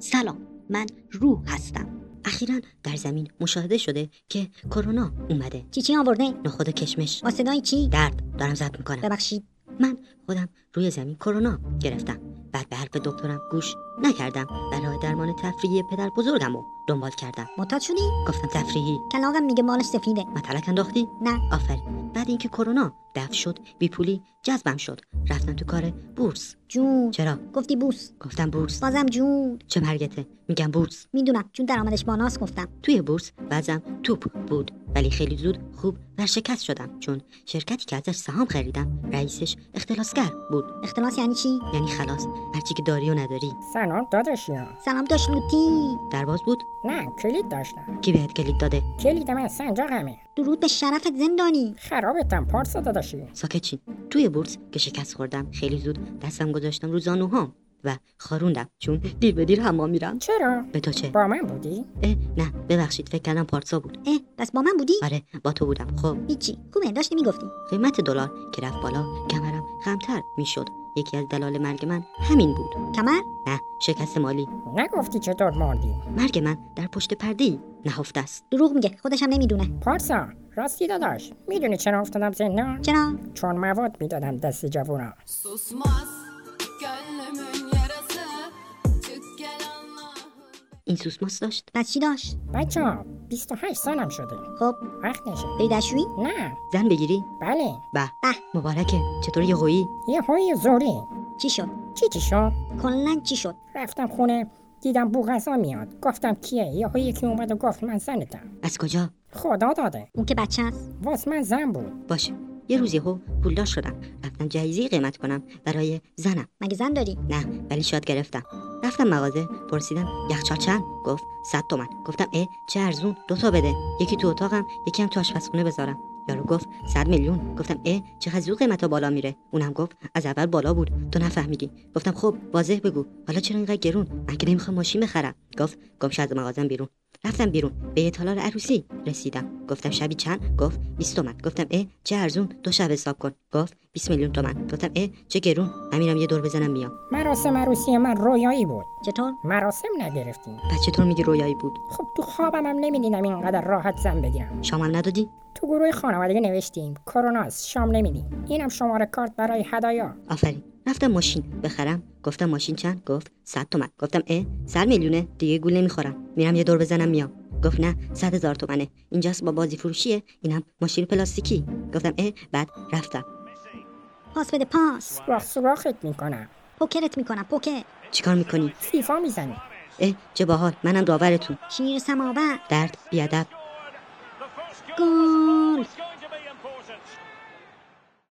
سلام من روح هستم اخیرا در زمین مشاهده شده که کرونا اومده چی چی آورده نخود کشمش با صدای چی درد دارم زد میکنم ببخشید من خودم روی زمین کرونا گرفتم بعد به حرف دکترم گوش نکردم و راه درمان تفریحی پدر بزرگم رو دنبال کردم معتاد شدی گفتم تفریحی کلاغم میگه مالش سفیده متلک انداختی نه آفرین بعد اینکه کرونا دفع شد بی پولی جذبم شد رفتم تو کار بورس جون چرا گفتی بوس گفتم بورس بازم جون چه مرگته میگم بورس میدونم چون درآمدش بالانس گفتم توی بورس وزم توپ بود ولی خیلی زود خوب ورشکست شدم چون شرکتی که ازش سهام خریدم رئیسش اختلاسگر بود اختلاس یعنی چی یعنی خلاص هرچی که داری و نداری سلام داداشیا سلام داشت لوتی در باز بود نه کلید داشتم کی بهت کلید داده کلیدم از سنجاقمه درود به شرفت زندانی خرابتم پارسا داداشی ساکت چین توی بورس که شکست خوردم خیلی زود دستم گذاشتم رو زانوهام و خاروندم چون دیر به دیر حمام میرم چرا به تو چه با من بودی اه نه ببخشید فکر کردم پارسا بود اه پس با من بودی آره با تو بودم خب هیچی خوبه داشتی میگفتی قیمت دلار که رفت بالا کمرم خمتر میشد یکی از دلایل مرگ من همین بود کمر نه شکست مالی نگفتی چطور مردی مرگ من در پشت پرده ای نهفته است دروغ میگه خودش هم نمیدونه پارسا راستی داداش میدونی چرا افتادم زندان چرا چون مواد میدادم دست جوونا Susmaz gönlümün yarası Çık gel anla این سوسماس داشت پس چی داشت بچه ها 28 سالم شده خب وقت نشه بری دشویی نه زن بگیری بله به به. مبارکه چطور یه هویی یه های زوری چی شد چی چی شد کلا چی شد رفتم خونه دیدم بو غذا میاد گفتم کیه یه یکی اومد و گفت من زنتم از کجا خدا داده اون که بچه است واس من زن بود باشه یه روز یهو پولدار شدم رفتم جهیزی قیمت کنم برای زنم مگه زن داری نه ولی شاد گرفتم رفتم مغازه پرسیدم یخچال چند گفت 100 تومن گفتم اه چه ارزون دوتا بده یکی تو اتاقم یکی هم تو آشپزخونه بذارم یارو گفت 100 میلیون گفتم اه چقدر زود قیمتا بالا میره اونم گفت از اول بالا بود تو نفهمیدی گفتم خب واضح بگو حالا چرا اینقدر گرون من که نمیخوام ماشین بخرم گفت گمش از مغازم بیرون رفتم بیرون به یه تالار عروسی رسیدم گفتم شبی چند گفت 20 تومن گفتم اه چه ارزون دو شب حساب کن گفت 20 میلیون تومن گفتم اه چه گرون من میرم یه دور بزنم میام مراسم عروسی من رویایی بود چطور مراسم نگرفتیم پس چطور میگی رویایی بود خب تو خوابم هم نمیدیدم اینقدر راحت زن بگیرم شامم ندادی تو گروه خانوادگی نوشتیم کروناست شام نمیدیم اینم شماره کارت برای هدایا آفرین رفتم ماشین بخرم گفتم ماشین چند گفت 100 تومن گفتم اه 100 میلیونه دیگه گول نمیخورم میرم یه دور بزنم میام گفت نه 100 هزار تومنه اینجاست با بازی فروشیه اینم ماشین پلاستیکی گفتم اه بعد رفتم پاس بده پاس سوراخ سوراخت میکنم پوکرت میکنم پوکر چیکار میکنی فیفا میزنی اه چه باحال منم داورتون شیر سماور درد بیادب گل